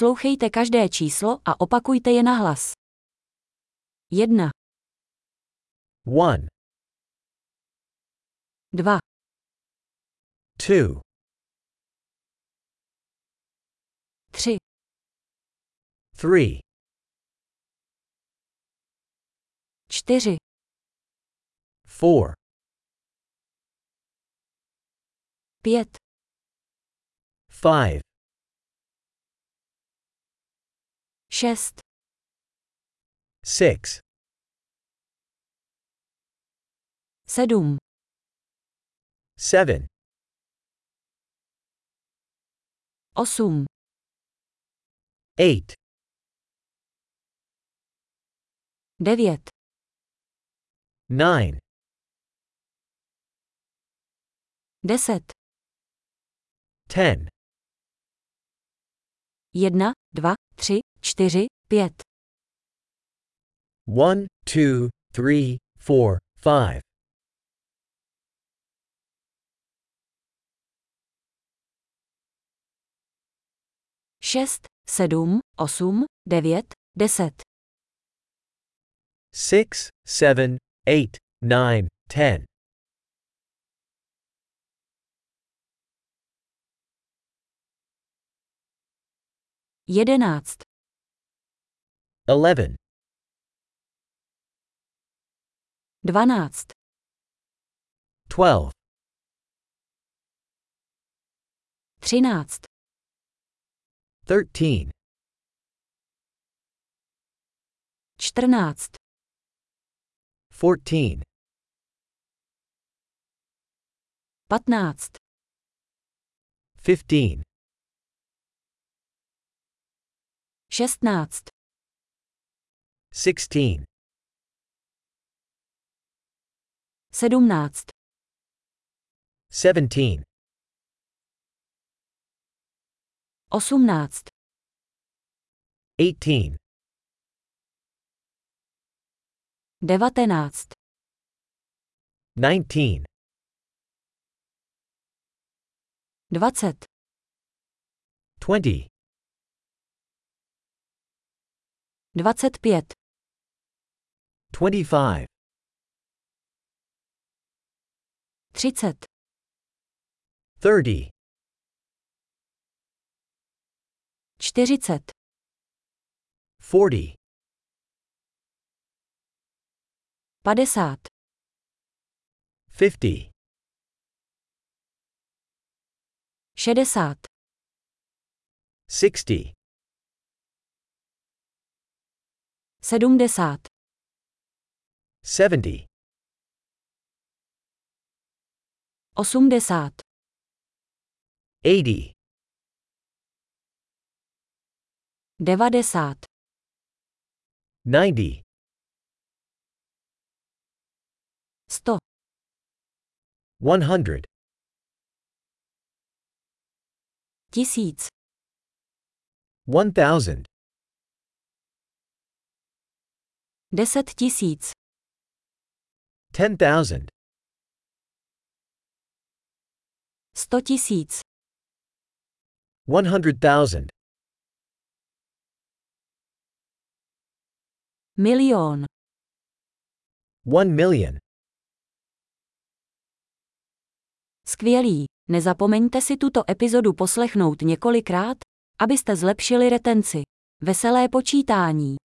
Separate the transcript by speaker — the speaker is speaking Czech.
Speaker 1: Poslouchejte každé číslo a opakujte je na hlas. 1,
Speaker 2: 1,
Speaker 1: 2,
Speaker 2: 2,
Speaker 1: 3,
Speaker 2: 3,
Speaker 1: 4,
Speaker 2: 4,
Speaker 1: 5,
Speaker 2: 5,
Speaker 1: 6,
Speaker 2: 6,
Speaker 1: 7,
Speaker 2: 7,
Speaker 1: 8,
Speaker 2: 8,
Speaker 1: 9,
Speaker 2: 9,
Speaker 1: 10,
Speaker 2: 10,
Speaker 1: 1, 2, 3, 4, 5,
Speaker 2: 1, 2, 3, 4, 5,
Speaker 1: 6, 7, 8, 9, 10,
Speaker 2: 6, 7, 8, 9, 10,
Speaker 1: 11,
Speaker 2: 11,
Speaker 1: 12,
Speaker 2: 12,
Speaker 1: 13,
Speaker 2: 13,
Speaker 1: 14,
Speaker 2: 14,
Speaker 1: 15,
Speaker 2: 15,
Speaker 1: 16,
Speaker 2: 16,
Speaker 1: 17,
Speaker 2: 17,
Speaker 1: 18,
Speaker 2: 18,
Speaker 1: 19,
Speaker 2: 19,
Speaker 1: 20,
Speaker 2: 20,
Speaker 1: 25,
Speaker 2: 25,
Speaker 1: 30,
Speaker 2: 30,
Speaker 1: 40,
Speaker 2: 40,
Speaker 1: 50,
Speaker 2: 50,
Speaker 1: 60,
Speaker 2: 60,
Speaker 1: 70,
Speaker 2: 70,
Speaker 1: 80,
Speaker 2: 80,
Speaker 1: 90,
Speaker 2: 90,
Speaker 1: 100,
Speaker 2: 100,
Speaker 1: 1000,
Speaker 2: 1000,
Speaker 1: 10 tisíc,
Speaker 2: 10,000,
Speaker 1: 100 tisíc,
Speaker 2: 100,000,
Speaker 1: milion,
Speaker 2: 1 million.
Speaker 1: skvělý. Nezapomeňte si tuto epizodu poslechnout několikrát, abyste zlepšili retenci. Veselé počítání.